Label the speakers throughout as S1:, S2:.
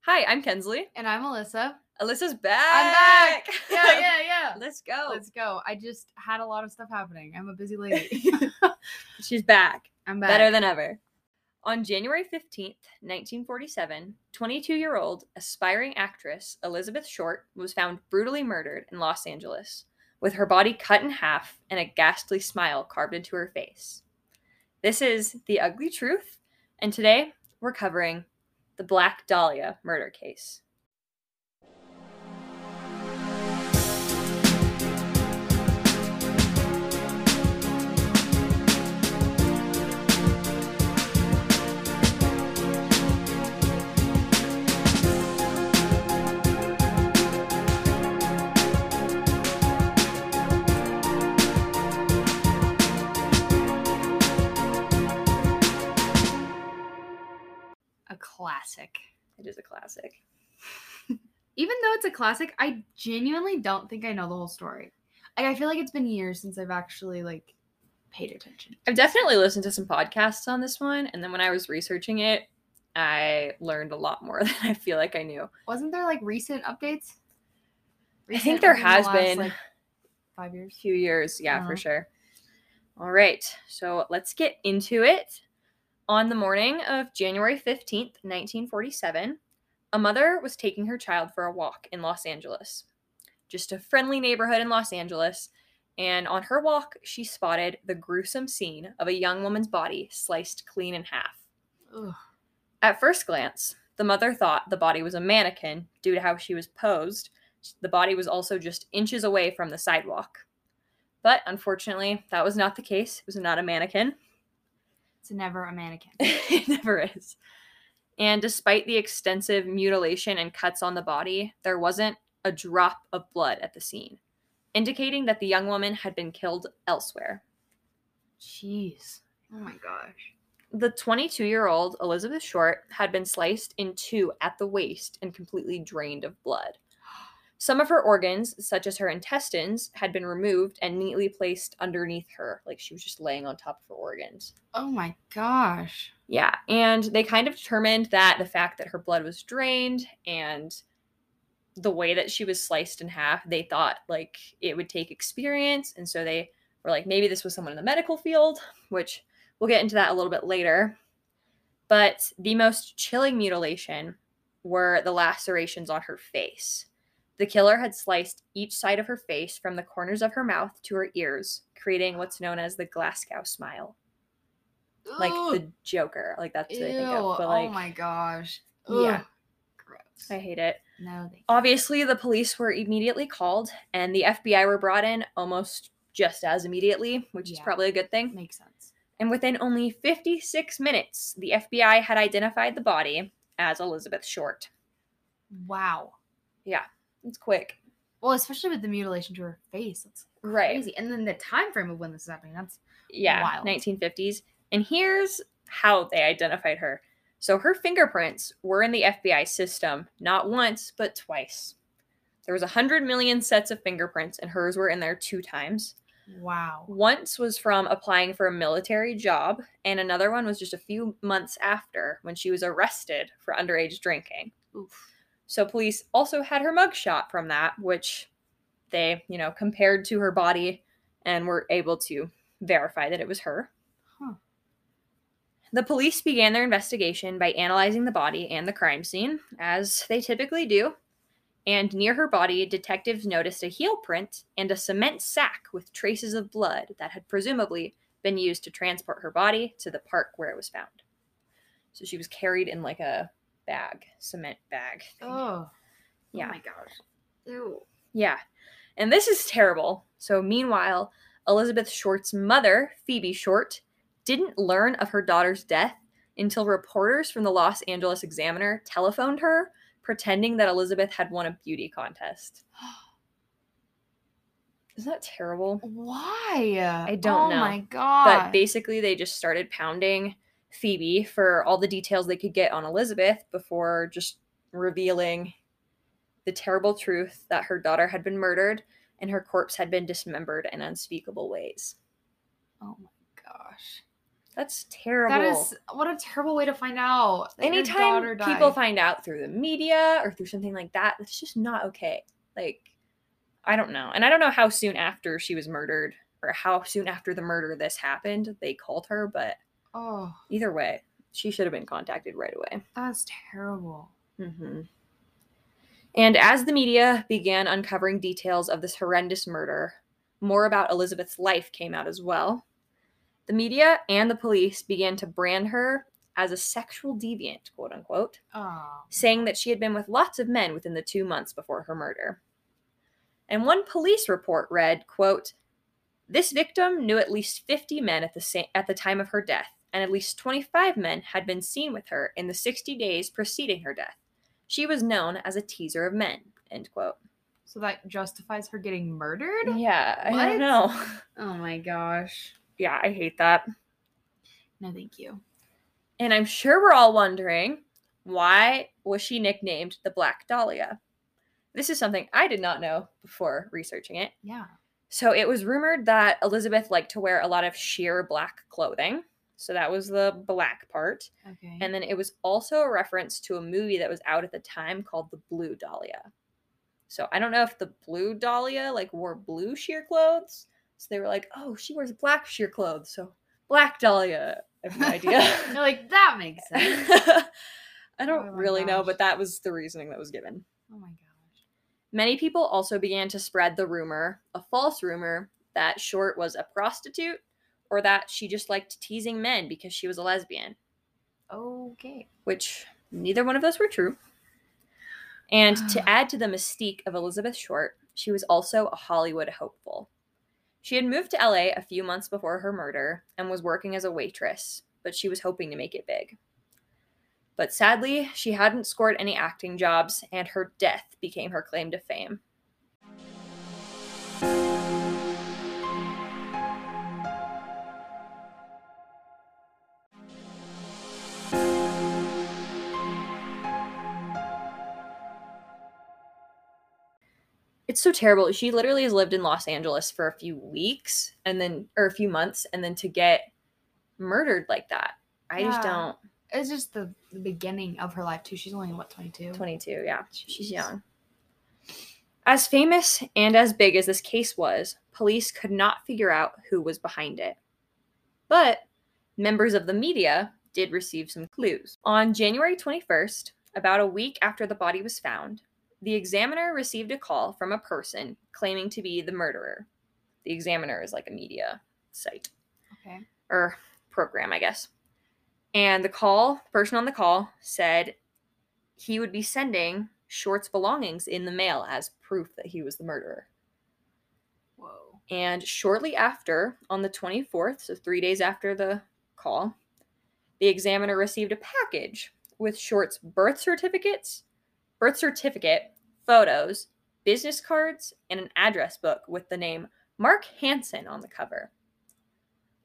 S1: Hi, I'm Kensley.
S2: And I'm Alyssa.
S1: Alyssa's back.
S2: back. Yeah, yeah, yeah.
S1: Let's go.
S2: Let's go. I just had a lot of stuff happening. I'm a busy lady.
S1: She's back.
S2: I'm back.
S1: Better than ever. On January 15th, 1947, 22 year old aspiring actress Elizabeth Short was found brutally murdered in Los Angeles, with her body cut in half and a ghastly smile carved into her face. This is The Ugly Truth, and today we're covering the Black Dahlia murder case.
S2: A classic.
S1: It is a classic.
S2: Even though it's a classic, I genuinely don't think I know the whole story. Like I feel like it's been years since I've actually like paid attention.
S1: I've definitely listened to some podcasts on this one, and then when I was researching it, I learned a lot more than I feel like I knew.
S2: Wasn't there like recent updates?
S1: I think there
S2: within the
S1: has
S2: last,
S1: been.
S2: like, five
S1: A
S2: years.
S1: few years, yeah,
S2: Uh-huh.
S1: for sure. All right, so let's get into it. On the morning of January 15th, 1947, a mother was taking her child for a walk in Los Angeles, just a friendly neighborhood in Los Angeles. And on her walk, she spotted the gruesome scene of a young woman's body sliced clean in half.
S2: Ugh.
S1: At first glance, the mother thought the body was a mannequin due to how she was posed. The body was also just inches away from the sidewalk. But unfortunately, that was not the case. It was not a mannequin.
S2: It's never a mannequin.
S1: it never is. And despite the extensive mutilation and cuts on the body, there wasn't a drop of blood at the scene, indicating that the young woman had been killed elsewhere.
S2: Jeez. Oh my gosh.
S1: The 22 year old Elizabeth Short had been sliced in two at the waist and completely drained of blood. Some of her organs, such as her intestines, had been removed and neatly placed underneath her, like she was just laying on top of her organs.
S2: Oh my gosh.
S1: Yeah, and they kind of determined that the fact that her blood was drained and the way that she was sliced in half, they thought like it would take experience. And so they were like, maybe this was someone in the medical field, which we'll get into that a little bit later. But the most chilling mutilation were the lacerations on her face. The killer had sliced each side of her face from the corners of her mouth to her ears, creating what's known as the Glasgow smile like
S2: Ugh.
S1: the Joker. Like that's what I
S2: Ew.
S1: think of. But like,
S2: oh my gosh.
S1: Yeah. Oh.
S2: Ugh. Gross.
S1: I hate it.
S2: No, they
S1: Obviously, the police were immediately called, and the FBI were brought in almost just as immediately, which is
S2: Yeah.
S1: probably a good thing.
S2: makes sense.
S1: And within only 56 minutes, the FBI had identified the body as Elizabeth Short.
S2: Wow.
S1: It's quick,
S2: Well, especially with the mutilation to her face, that's
S1: right?
S2: crazy. And then the time frame of when this is happening, that's
S1: Yeah,
S2: Wild.
S1: 1950s. And here's how they identified her. So her fingerprints were in the FBI system not once but twice. There was 100 million sets of fingerprints and hers were in there two times.
S2: wow.
S1: Once was from applying for a military job and another one was just a few months after when she was arrested for underage drinking.
S2: Oof.
S1: So police also had her mugshot from that, which they, you know, compared to her body and were able to verify that it was her.
S2: Huh.
S1: The police began their investigation by analyzing the body and the crime scene, as they typically do. And near her body, detectives noticed a heel print and a cement sack with traces of blood that had presumably been used to transport her body to the park where it was found. So she was carried in like a bag, cement bag. thing.
S2: Oh.
S1: Yeah.
S2: Oh my gosh. Ew.
S1: Yeah. And this is terrible. So, meanwhile, Elizabeth Short's mother, Phoebe Short, didn't learn of her daughter's death until reporters from the Los Angeles Examiner telephoned her, pretending that Elizabeth had won a beauty contest. Isn't that terrible?
S2: Why?
S1: I don't
S2: oh
S1: know.
S2: my god.
S1: But basically, they just started pounding Phoebe for all the details they could get on Elizabeth before just revealing the terrible truth that her daughter had been murdered and her corpse had been dismembered in unspeakable ways.
S2: oh my gosh.
S1: That's terrible.
S2: That is what a terrible way to find out. that your daughter
S1: anytime
S2: died.
S1: people find out through the media or through something like that, that's just not okay. Like, I don't know. And I don't know how soon after she was murdered or how soon after the murder this happened they called her, but
S2: oh,
S1: either way, she should have been contacted right away.
S2: that's terrible.
S1: Mm-hmm. And as the media began uncovering details of this horrendous murder, more about Elizabeth's life came out as well. The media and the police began to brand her as a sexual deviant, quote unquote,
S2: Oh,
S1: saying that she had been with lots of men within the two months before her murder. And one police report read, quote, This victim knew at least 50 men at the, sa- at the time of her death, and at least 25 men had been seen with her in the 60 days preceding her death. She was known as a teaser of men, end quote.
S2: so that justifies her getting murdered?
S1: Yeah, I
S2: What?
S1: don't know.
S2: Oh my gosh.
S1: Yeah, I hate that.
S2: No, thank you.
S1: And I'm sure we're all wondering why was she nicknamed the Black Dahlia? This is something I did not know before researching it.
S2: Yeah.
S1: So it was rumored that Elizabeth liked to wear a lot of sheer black clothing. So that was the black part.
S2: Okay.
S1: And then it was also a reference to a movie that was out at the time called The Blue Dahlia. So I don't know if the Blue Dahlia like wore blue sheer clothes. So they were like, "Oh, she wears black sheer clothes." So Black Dahlia. I have no idea.
S2: You're like, that makes sense.
S1: I don't
S2: Oh my
S1: really know,
S2: gosh.
S1: but that was the reasoning that was given.
S2: oh my gosh.
S1: Many people also began to spread the rumor, a false rumor, that Short was a prostitute or that she just liked teasing men because she was a lesbian,
S2: Okay.
S1: which neither one of those were true. And to add to the mystique of Elizabeth Short, she was also a Hollywood hopeful. She had moved to LA a few months before her murder and was working as a waitress, but she was hoping to make it big. But sadly, she hadn't scored any acting jobs, and her death became her claim to fame. It's so terrible. She literally has lived in Los Angeles for a few weeks and then, or a few months, and then to get murdered like that. I just
S2: Yeah.
S1: don't.
S2: It's just the, the beginning of her life, too. She's only, what, 22?
S1: 22, yeah. She's
S2: Jeez.
S1: young. As famous and as big as this case was, police could not figure out who was behind it. But members of the media did receive some clues. On January 21st, about a week after the body was found, the examiner received a call from a person claiming to be the murderer. The examiner is like a media site
S2: Okay.
S1: or program, I guess. And the call, person on the call said he would be sending Short's belongings in the mail as proof that he was the murderer.
S2: Whoa.
S1: And shortly after, on the 24th, so three days after the call, the examiner received a package with Short's birth certificates, birth certificate, photos, business cards, and an address book with the name Mark Hansen on the cover.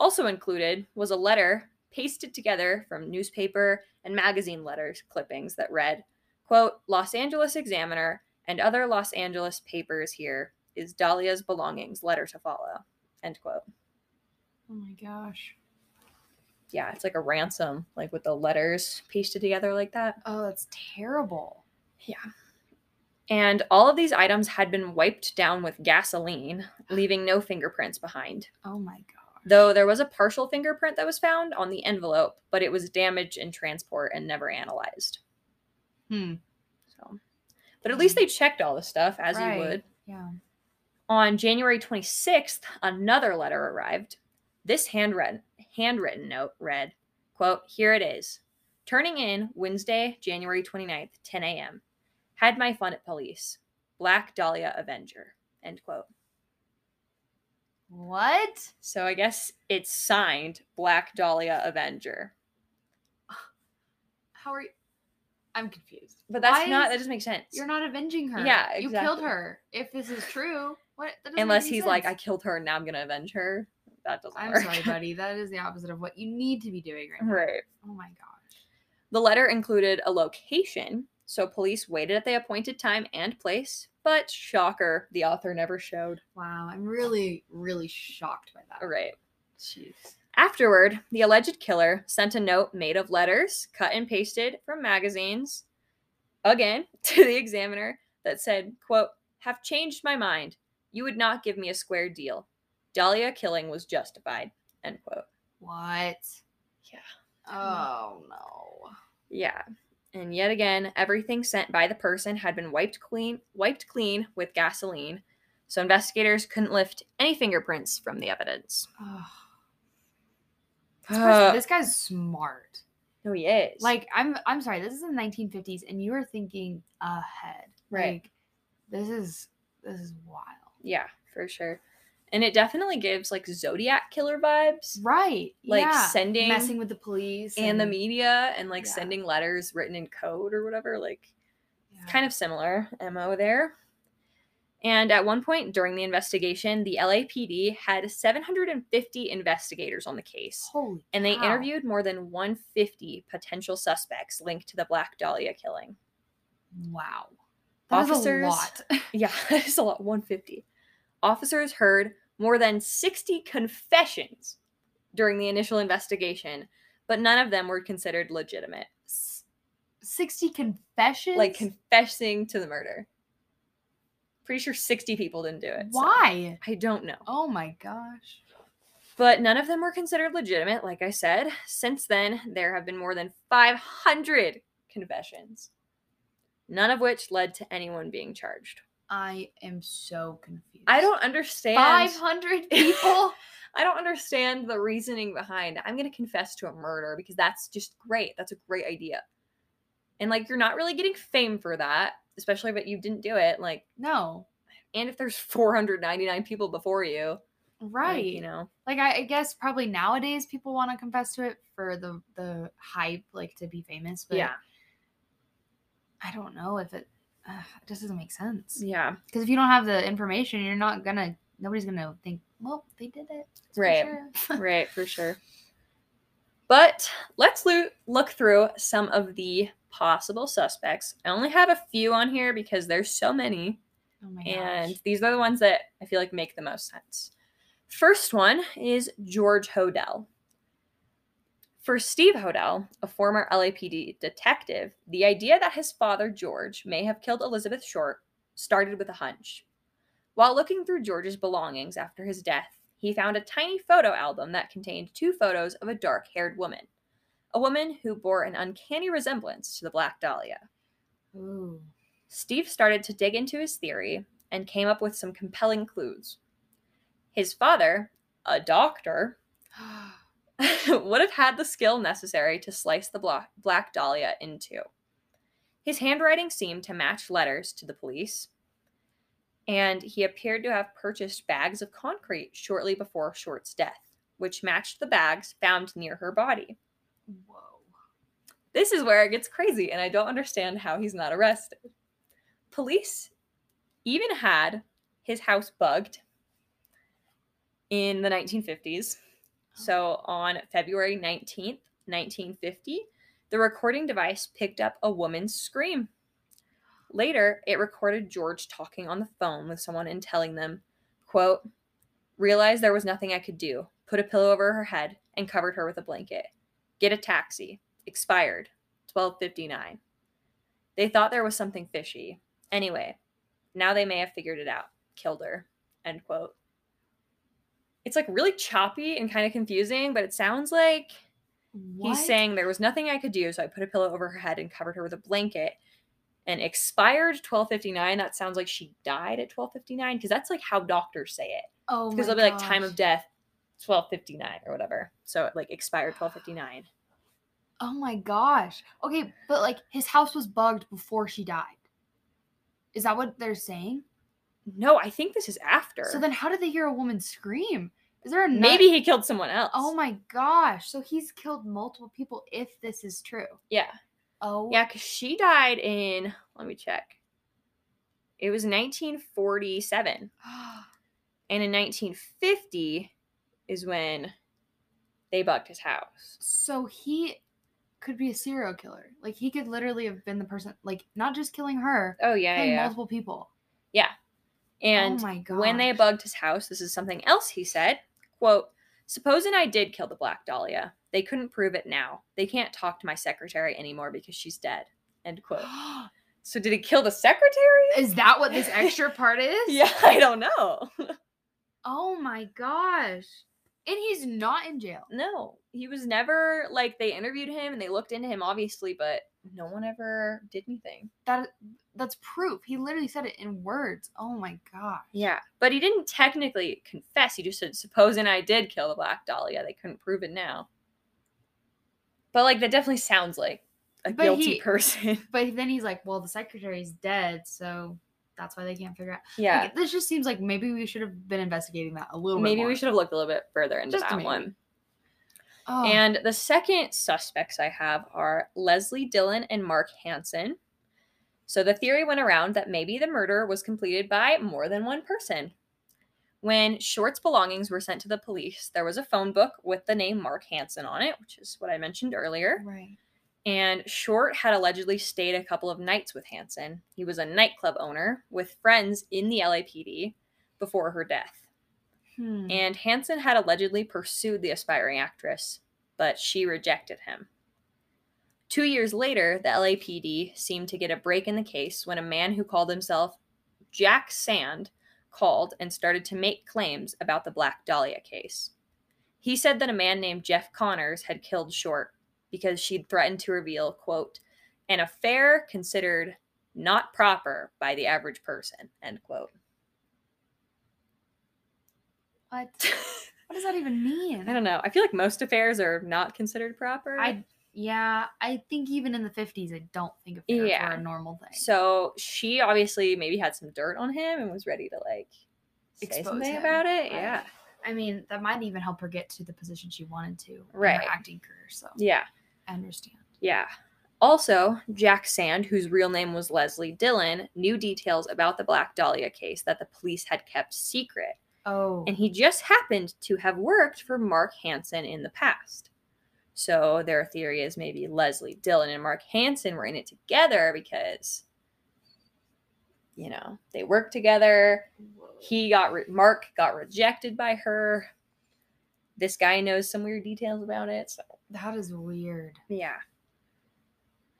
S1: Also included was a letter pasted together from newspaper and magazine letters clippings that read, quote, Los Angeles Examiner and other Los Angeles papers here is Dahlia's belongings, letter to follow, end quote.
S2: Oh my gosh.
S1: Yeah, it's like a ransom, like with the letters pasted together like that.
S2: Oh, that's terrible.
S1: And all of these items had been wiped down with gasoline, leaving no fingerprints behind.
S2: Oh my gosh.
S1: Though there was a partial fingerprint that was found on the envelope, but it was damaged in transport and never analyzed.
S2: Hmm.
S1: So, but at least they checked all the stuff as
S2: Right.
S1: you would.
S2: Yeah.
S1: On January 26th, another letter arrived. This handwritten handwritten note read, quote, "Here it is. Turning in Wednesday, January 29th, 10 a.m. Had my fun at police. Black Dahlia Avenger." End quote.
S2: What?
S1: So I guess it's signed Black Dahlia Avenger.
S2: How are you? I'm confused.
S1: But that's
S2: Why
S1: not
S2: is-
S1: that doesn't make sense.
S2: You're not avenging her.
S1: Yeah,
S2: You killed
S1: exactly.
S2: her. If this is true, what? that doesn't make
S1: Unless
S2: any
S1: he's like, I
S2: sense.
S1: killed her and now I'm gonna avenge her. That doesn't
S2: I'm
S1: work.
S2: sorry, buddy. That is the opposite of what you need to be doing right now.
S1: right.
S2: Oh my gosh.
S1: The letter included a location, so police waited at the appointed time and place, but shocker, the author never showed.
S2: Wow. I'm really, really shocked by that.
S1: All right.
S2: Jeez.
S1: Afterward, the alleged killer sent a note made of letters cut and pasted from magazines again to the examiner that said, quote, have changed my mind. You would not give me a square deal. Dahlia killing was justified, end quote.
S2: What?
S1: Yeah.
S2: Oh no.
S1: Yeah. And yet again, everything sent by the person had been wiped clean, wiped clean with gasoline, so investigators couldn't lift any fingerprints from the evidence.
S2: Ugh. This, person-
S1: Oh,
S2: this guy's smart.
S1: no, he is.
S2: Like I'm I'm sorry, this is the 1950s and you are thinking ahead.
S1: Right.
S2: Like this is this is wild.
S1: yeah, for sure. And it definitely gives like Zodiac killer vibes,
S2: Right.
S1: like
S2: yeah.
S1: sending
S2: messing with the police
S1: and the media and like
S2: Mm-hmm. Yeah.
S1: sending letters written in code or whatever. Like,
S2: yeah.
S1: kind of similar MO there. And at one point during the investigation, the LAPD had 750 investigators on the case,
S2: holy
S1: and they
S2: cow.
S1: interviewed more than 150 potential suspects linked to the Black Dahlia killing.
S2: Wow. That was
S1: Officers-
S2: a lot.
S1: Yeah, that's a lot. 150. Officers heard more than 60 confessions during the initial investigation, but none of them were considered legitimate,
S2: S- 60 confessions?
S1: like confessing to the murder. Pretty sure 60 people didn't do it. so
S2: Why?
S1: I don't know.
S2: Oh my gosh.
S1: But none of them were considered legitimate, like I said. Since then, there have been more than 500 confessions, none of which led to anyone being charged.
S2: I am so confused.
S1: I don't understand.
S2: 500 people?
S1: I don't understand the reasoning behind. I'm going to confess to a murder because that's just great. That's a great idea. And like you're not really getting fame for that, especially if you didn't do it. Like
S2: no.
S1: and if there's 499 people before you, like,
S2: Right.
S1: you know.
S2: like I, I guess probably nowadays people want to confess to it for the the hype, like to be famous. But I don't know if it, uh, it just doesn't make sense
S1: Yeah.
S2: because if you don't have the information, you're not gonna. Nobody's gonna think, well, they did it, It's for
S1: Right.
S2: sure."
S1: right, for sure. But let's loo- look through some of the possible suspects. I only have a few on here because there's so many,
S2: Oh my
S1: and
S2: gosh.
S1: these are the ones that I feel like make the most sense. First one is George Hodell. For Steve Hodell, a former LAPD detective, the idea that his father, George, may have killed Elizabeth Short started with a hunch. While looking through George's belongings after his death, he found a tiny photo album that contained two photos of a dark haired woman, a woman who bore an uncanny resemblance to the Black Dahlia.
S2: Ooh.
S1: Steve started to dig into his theory and came up with some compelling clues. His father, a doctor, would have had the skill necessary to slice the blo- black dahlia in two. His handwriting seemed to match letters to the police, and he appeared to have purchased bags of concrete shortly before Short's death, which matched the bags found near her body.
S2: Whoa.
S1: This is where it gets crazy, and I don't understand how he's not arrested. Police even had his house bugged in the 1950s. So on February 19th, 1950, the recording device picked up a woman's scream. Later, it recorded George talking on the phone with someone and telling them, quote, realized there was nothing I could do, put a pillow over her head and covered her with a blanket. Get a taxi. Expired. 1259. They thought there was something fishy. Anyway, now they may have figured it out. Killed her. End quote. It's like really choppy and kind of confusing, but it sounds like
S2: What?
S1: He's saying there was nothing I could do, so I put a pillow over her head and covered her with a blanket. And expired 1259. That sounds like she died at 1259 because that's like how doctors say it.
S2: oh,
S1: Because
S2: my
S1: they'll be like time
S2: gosh.
S1: of death 1259 or whatever. So it, like expired 1259.
S2: Oh my gosh. Okay, but like his house was bugged before she died. Is that what they're saying?
S1: No, I think this is after.
S2: So then, how did they hear a woman scream? Is there a nut-
S1: maybe he killed someone else.
S2: Oh my gosh! So he's killed multiple people. If this is true,
S1: Yeah.
S2: oh
S1: Yeah, because she died in, let me check. It was 1947. And in 1950 is when they bugged his house.
S2: so he could be a serial killer. Like he could literally have been the person, like not just killing her,
S1: Oh yeah,
S2: killing
S1: yeah.
S2: multiple people.
S1: And
S2: oh my god!
S1: when they bugged his house, this is something else he said. Quote, Supposing I did kill the Black Dahlia, they couldn't prove it now. They can't talk to my secretary anymore because she's dead. End quote. So did he kill the secretary?
S2: is that what this extra part is?
S1: Yeah, I don't know.
S2: Oh my gosh. And he's not in jail.
S1: No, he was never like they interviewed him and they looked into him obviously, but no one ever did anything.
S2: That that's proof. He literally said it in words. Oh my gosh.
S1: Yeah, but he didn't technically confess. He just said, "Supposing I did kill the Black Dahlia, they couldn't prove it now." But like that definitely sounds like a
S2: But
S1: guilty
S2: he-
S1: person.
S2: But then he's like, well, the secretary's dead, so that's why they can't figure out.
S1: yeah,
S2: Like, this just seems like maybe we should have been investigating that a little bit.
S1: maybe we should have looked a little bit further into
S2: Just
S1: that
S2: maybe.
S1: one.
S2: Oh,
S1: And the second suspects I have are Leslie Dillon and Mark Hansen. So the theory went around that maybe the murder was completed by more than one person. When Short's belongings were sent to the police, there was a phone book with the name Mark Hansen on it, which is what I mentioned earlier.
S2: right.
S1: And Short had allegedly stayed a couple of nights with Hansen. He was a nightclub owner with friends in the LAPD before her death.
S2: Hmm.
S1: And Hansen had allegedly pursued the aspiring actress, but she rejected him. Two years later, the LAPD seemed to get a break in the case when a man who called himself Jack Sand called and started to make claims about the Black Dahlia case. He said that a man named Jeff Connors had killed Short because she'd threatened to reveal, quote, an affair considered not proper by the average person, end quote.
S2: what? What does that even mean?
S1: I don't know. I feel like most affairs are not considered proper.
S2: I yeah, I think even in the fifties, I don't think affairs
S1: Yeah.
S2: were a normal thing.
S1: so she obviously maybe had some dirt on him and was ready to like say
S2: Expose
S1: something
S2: him,
S1: about it.
S2: right.
S1: Yeah,
S2: I mean, that might even help her get to the position she wanted to, in her
S1: Right.
S2: acting career. So
S1: yeah,
S2: I understand.
S1: yeah. Also, Jack Sand, whose real name was Leslie Dillon, knew details about the Black Dahlia case that the police had kept secret,
S2: Oh,
S1: and he just happened to have worked for Mark Hansen in the past. So their theory is maybe Leslie Dillon and Mark Hansen were in it together because, you know, they worked together. he got re- mark got rejected by her this guy knows some weird details about it so
S2: that is weird.
S1: yeah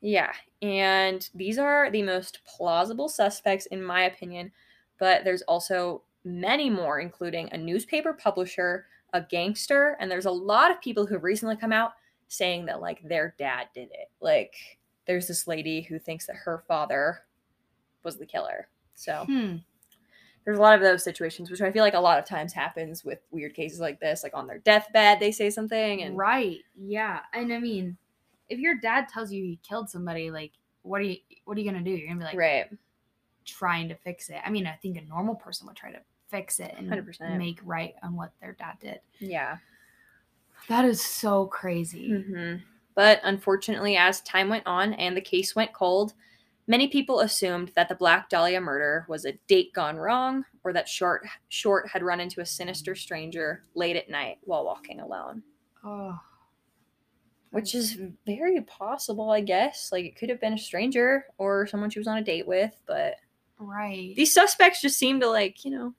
S1: yeah and these are the most plausible suspects in my opinion but there's also many more including a newspaper publisher a gangster and there's a lot of people who've recently come out saying that like their dad did it like there's this lady who thinks that her father was the killer so
S2: Hmm.
S1: there's a lot of those situations which i feel like a lot of times happens with weird cases like this like on their deathbed they say something and
S2: Right. Yeah. And I mean, if your dad tells you he killed somebody, like, what are you? What are you gonna do? You're gonna be like
S1: right
S2: trying to fix it. I mean, I think a normal person would try to fix it and
S1: 100%.
S2: make right on what their dad did.
S1: yeah
S2: That is so crazy.
S1: hmm but unfortunately as time went on and the case went cold many people assumed that the black dahlia murder was a date gone wrong or that short short had run into a sinister stranger late at night while walking alone
S2: Oh,
S1: which is very possible i guess like it could have been a stranger or someone she was on a date with but
S2: right.
S1: these suspects just seem to like you know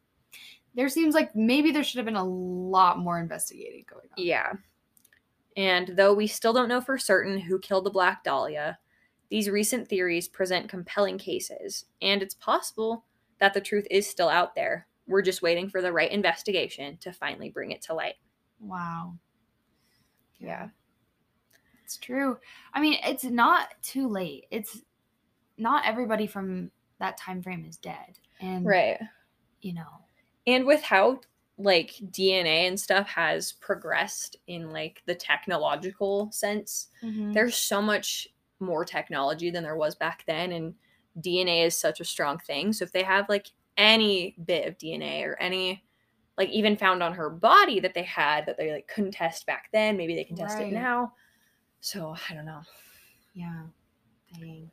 S2: there seems like maybe there should have been a lot more investigating going on.
S1: Yeah. And though we still don't know for certain who killed the Black Dahlia, these recent theories present compelling cases, and it's possible that the truth is still out there. We're just waiting for the right investigation to finally bring it to light.
S2: Wow.
S1: Yeah.
S2: It's true. I mean, it's not too late. It's not everybody from that time frame is dead. And
S1: Right.
S2: you know,
S1: And with how like DNA and stuff has progressed in like the technological sense,
S2: Mm-hmm.
S1: there's so much more technology than there was back then and dna is such a strong thing so if they have like any bit of dna or any like even found on her body that they had that they like couldn't test back then maybe they can test
S2: Right.
S1: it now so i don't know
S2: yeah. Dang.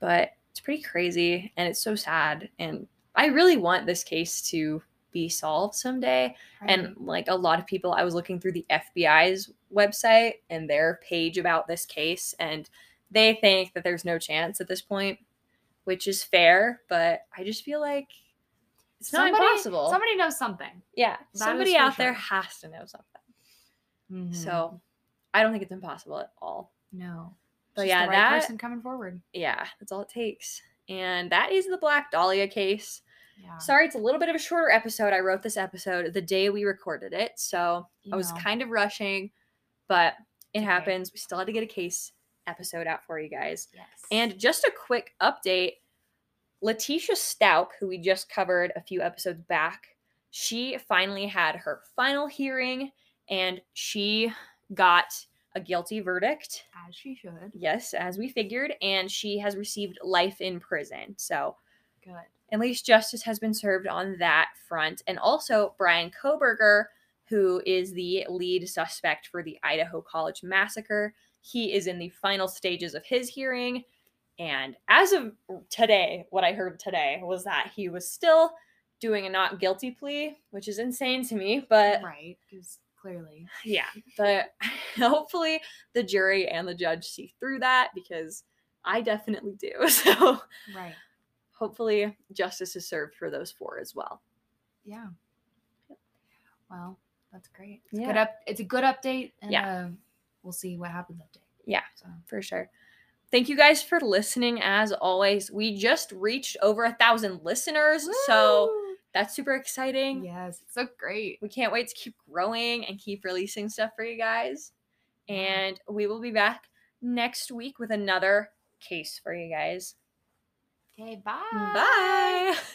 S1: but it's pretty crazy and it's so sad and i really want this case to be solved someday and
S2: Right.
S1: like a lot of people i was looking through the fbi's website and their page about this case and they think that there's no chance at this point which is fair but i just feel like it's not
S2: Somebody-
S1: impossible
S2: Somebody knows something.
S1: yeah
S2: is
S1: somebody
S2: for
S1: out there
S2: sure.
S1: has to know something
S2: Mhm.
S1: So I don't think it's impossible at all.
S2: no,
S1: But
S2: Just
S1: yeah,
S2: the right
S1: that-
S2: person coming forward.
S1: Yeah, that's all it takes. And that is the Black Dahlia case.
S2: Yeah,
S1: Sorry, it's a little bit of a shorter episode. I wrote this episode the day we recorded it, so
S2: you
S1: I was
S2: know.
S1: kind of rushing, but it
S2: okay.
S1: happens. We still had to get a case episode out for you guys.
S2: yes.
S1: And just a quick update Letitia Stauk, who we just covered a few episodes back, she finally had her final hearing and she got a guilty verdict.
S2: as she should.
S1: Yes, as we figured, and she has received life in prison. So
S2: Good.
S1: at least justice has been served on that front. And also, Brian Koberger, who is the lead suspect for the Idaho College massacre, he is in the final stages of his hearing. And as of today, what I heard today was that he was still doing a not guilty plea, which is insane to me, but
S2: right, because clearly,
S1: yeah but hopefully the jury and the judge see through that because i definitely do so
S2: right.
S1: hopefully justice is served for those four as well
S2: Yeah. Well, that's great. It's
S1: Yeah.
S2: good up. It's a good update, and
S1: Yeah.
S2: uh, we'll see what happens update.
S1: Yeah.
S2: So
S1: for sure thank you guys for listening as always we just reached over a thousand listeners so
S2: Woo!
S1: that's super exciting
S2: yes, it's so great.
S1: we can't wait to keep growing and keep releasing stuff for you guys
S2: Yeah.
S1: and we will be back next week with another case for you guys
S2: Okay. Bye.
S1: bye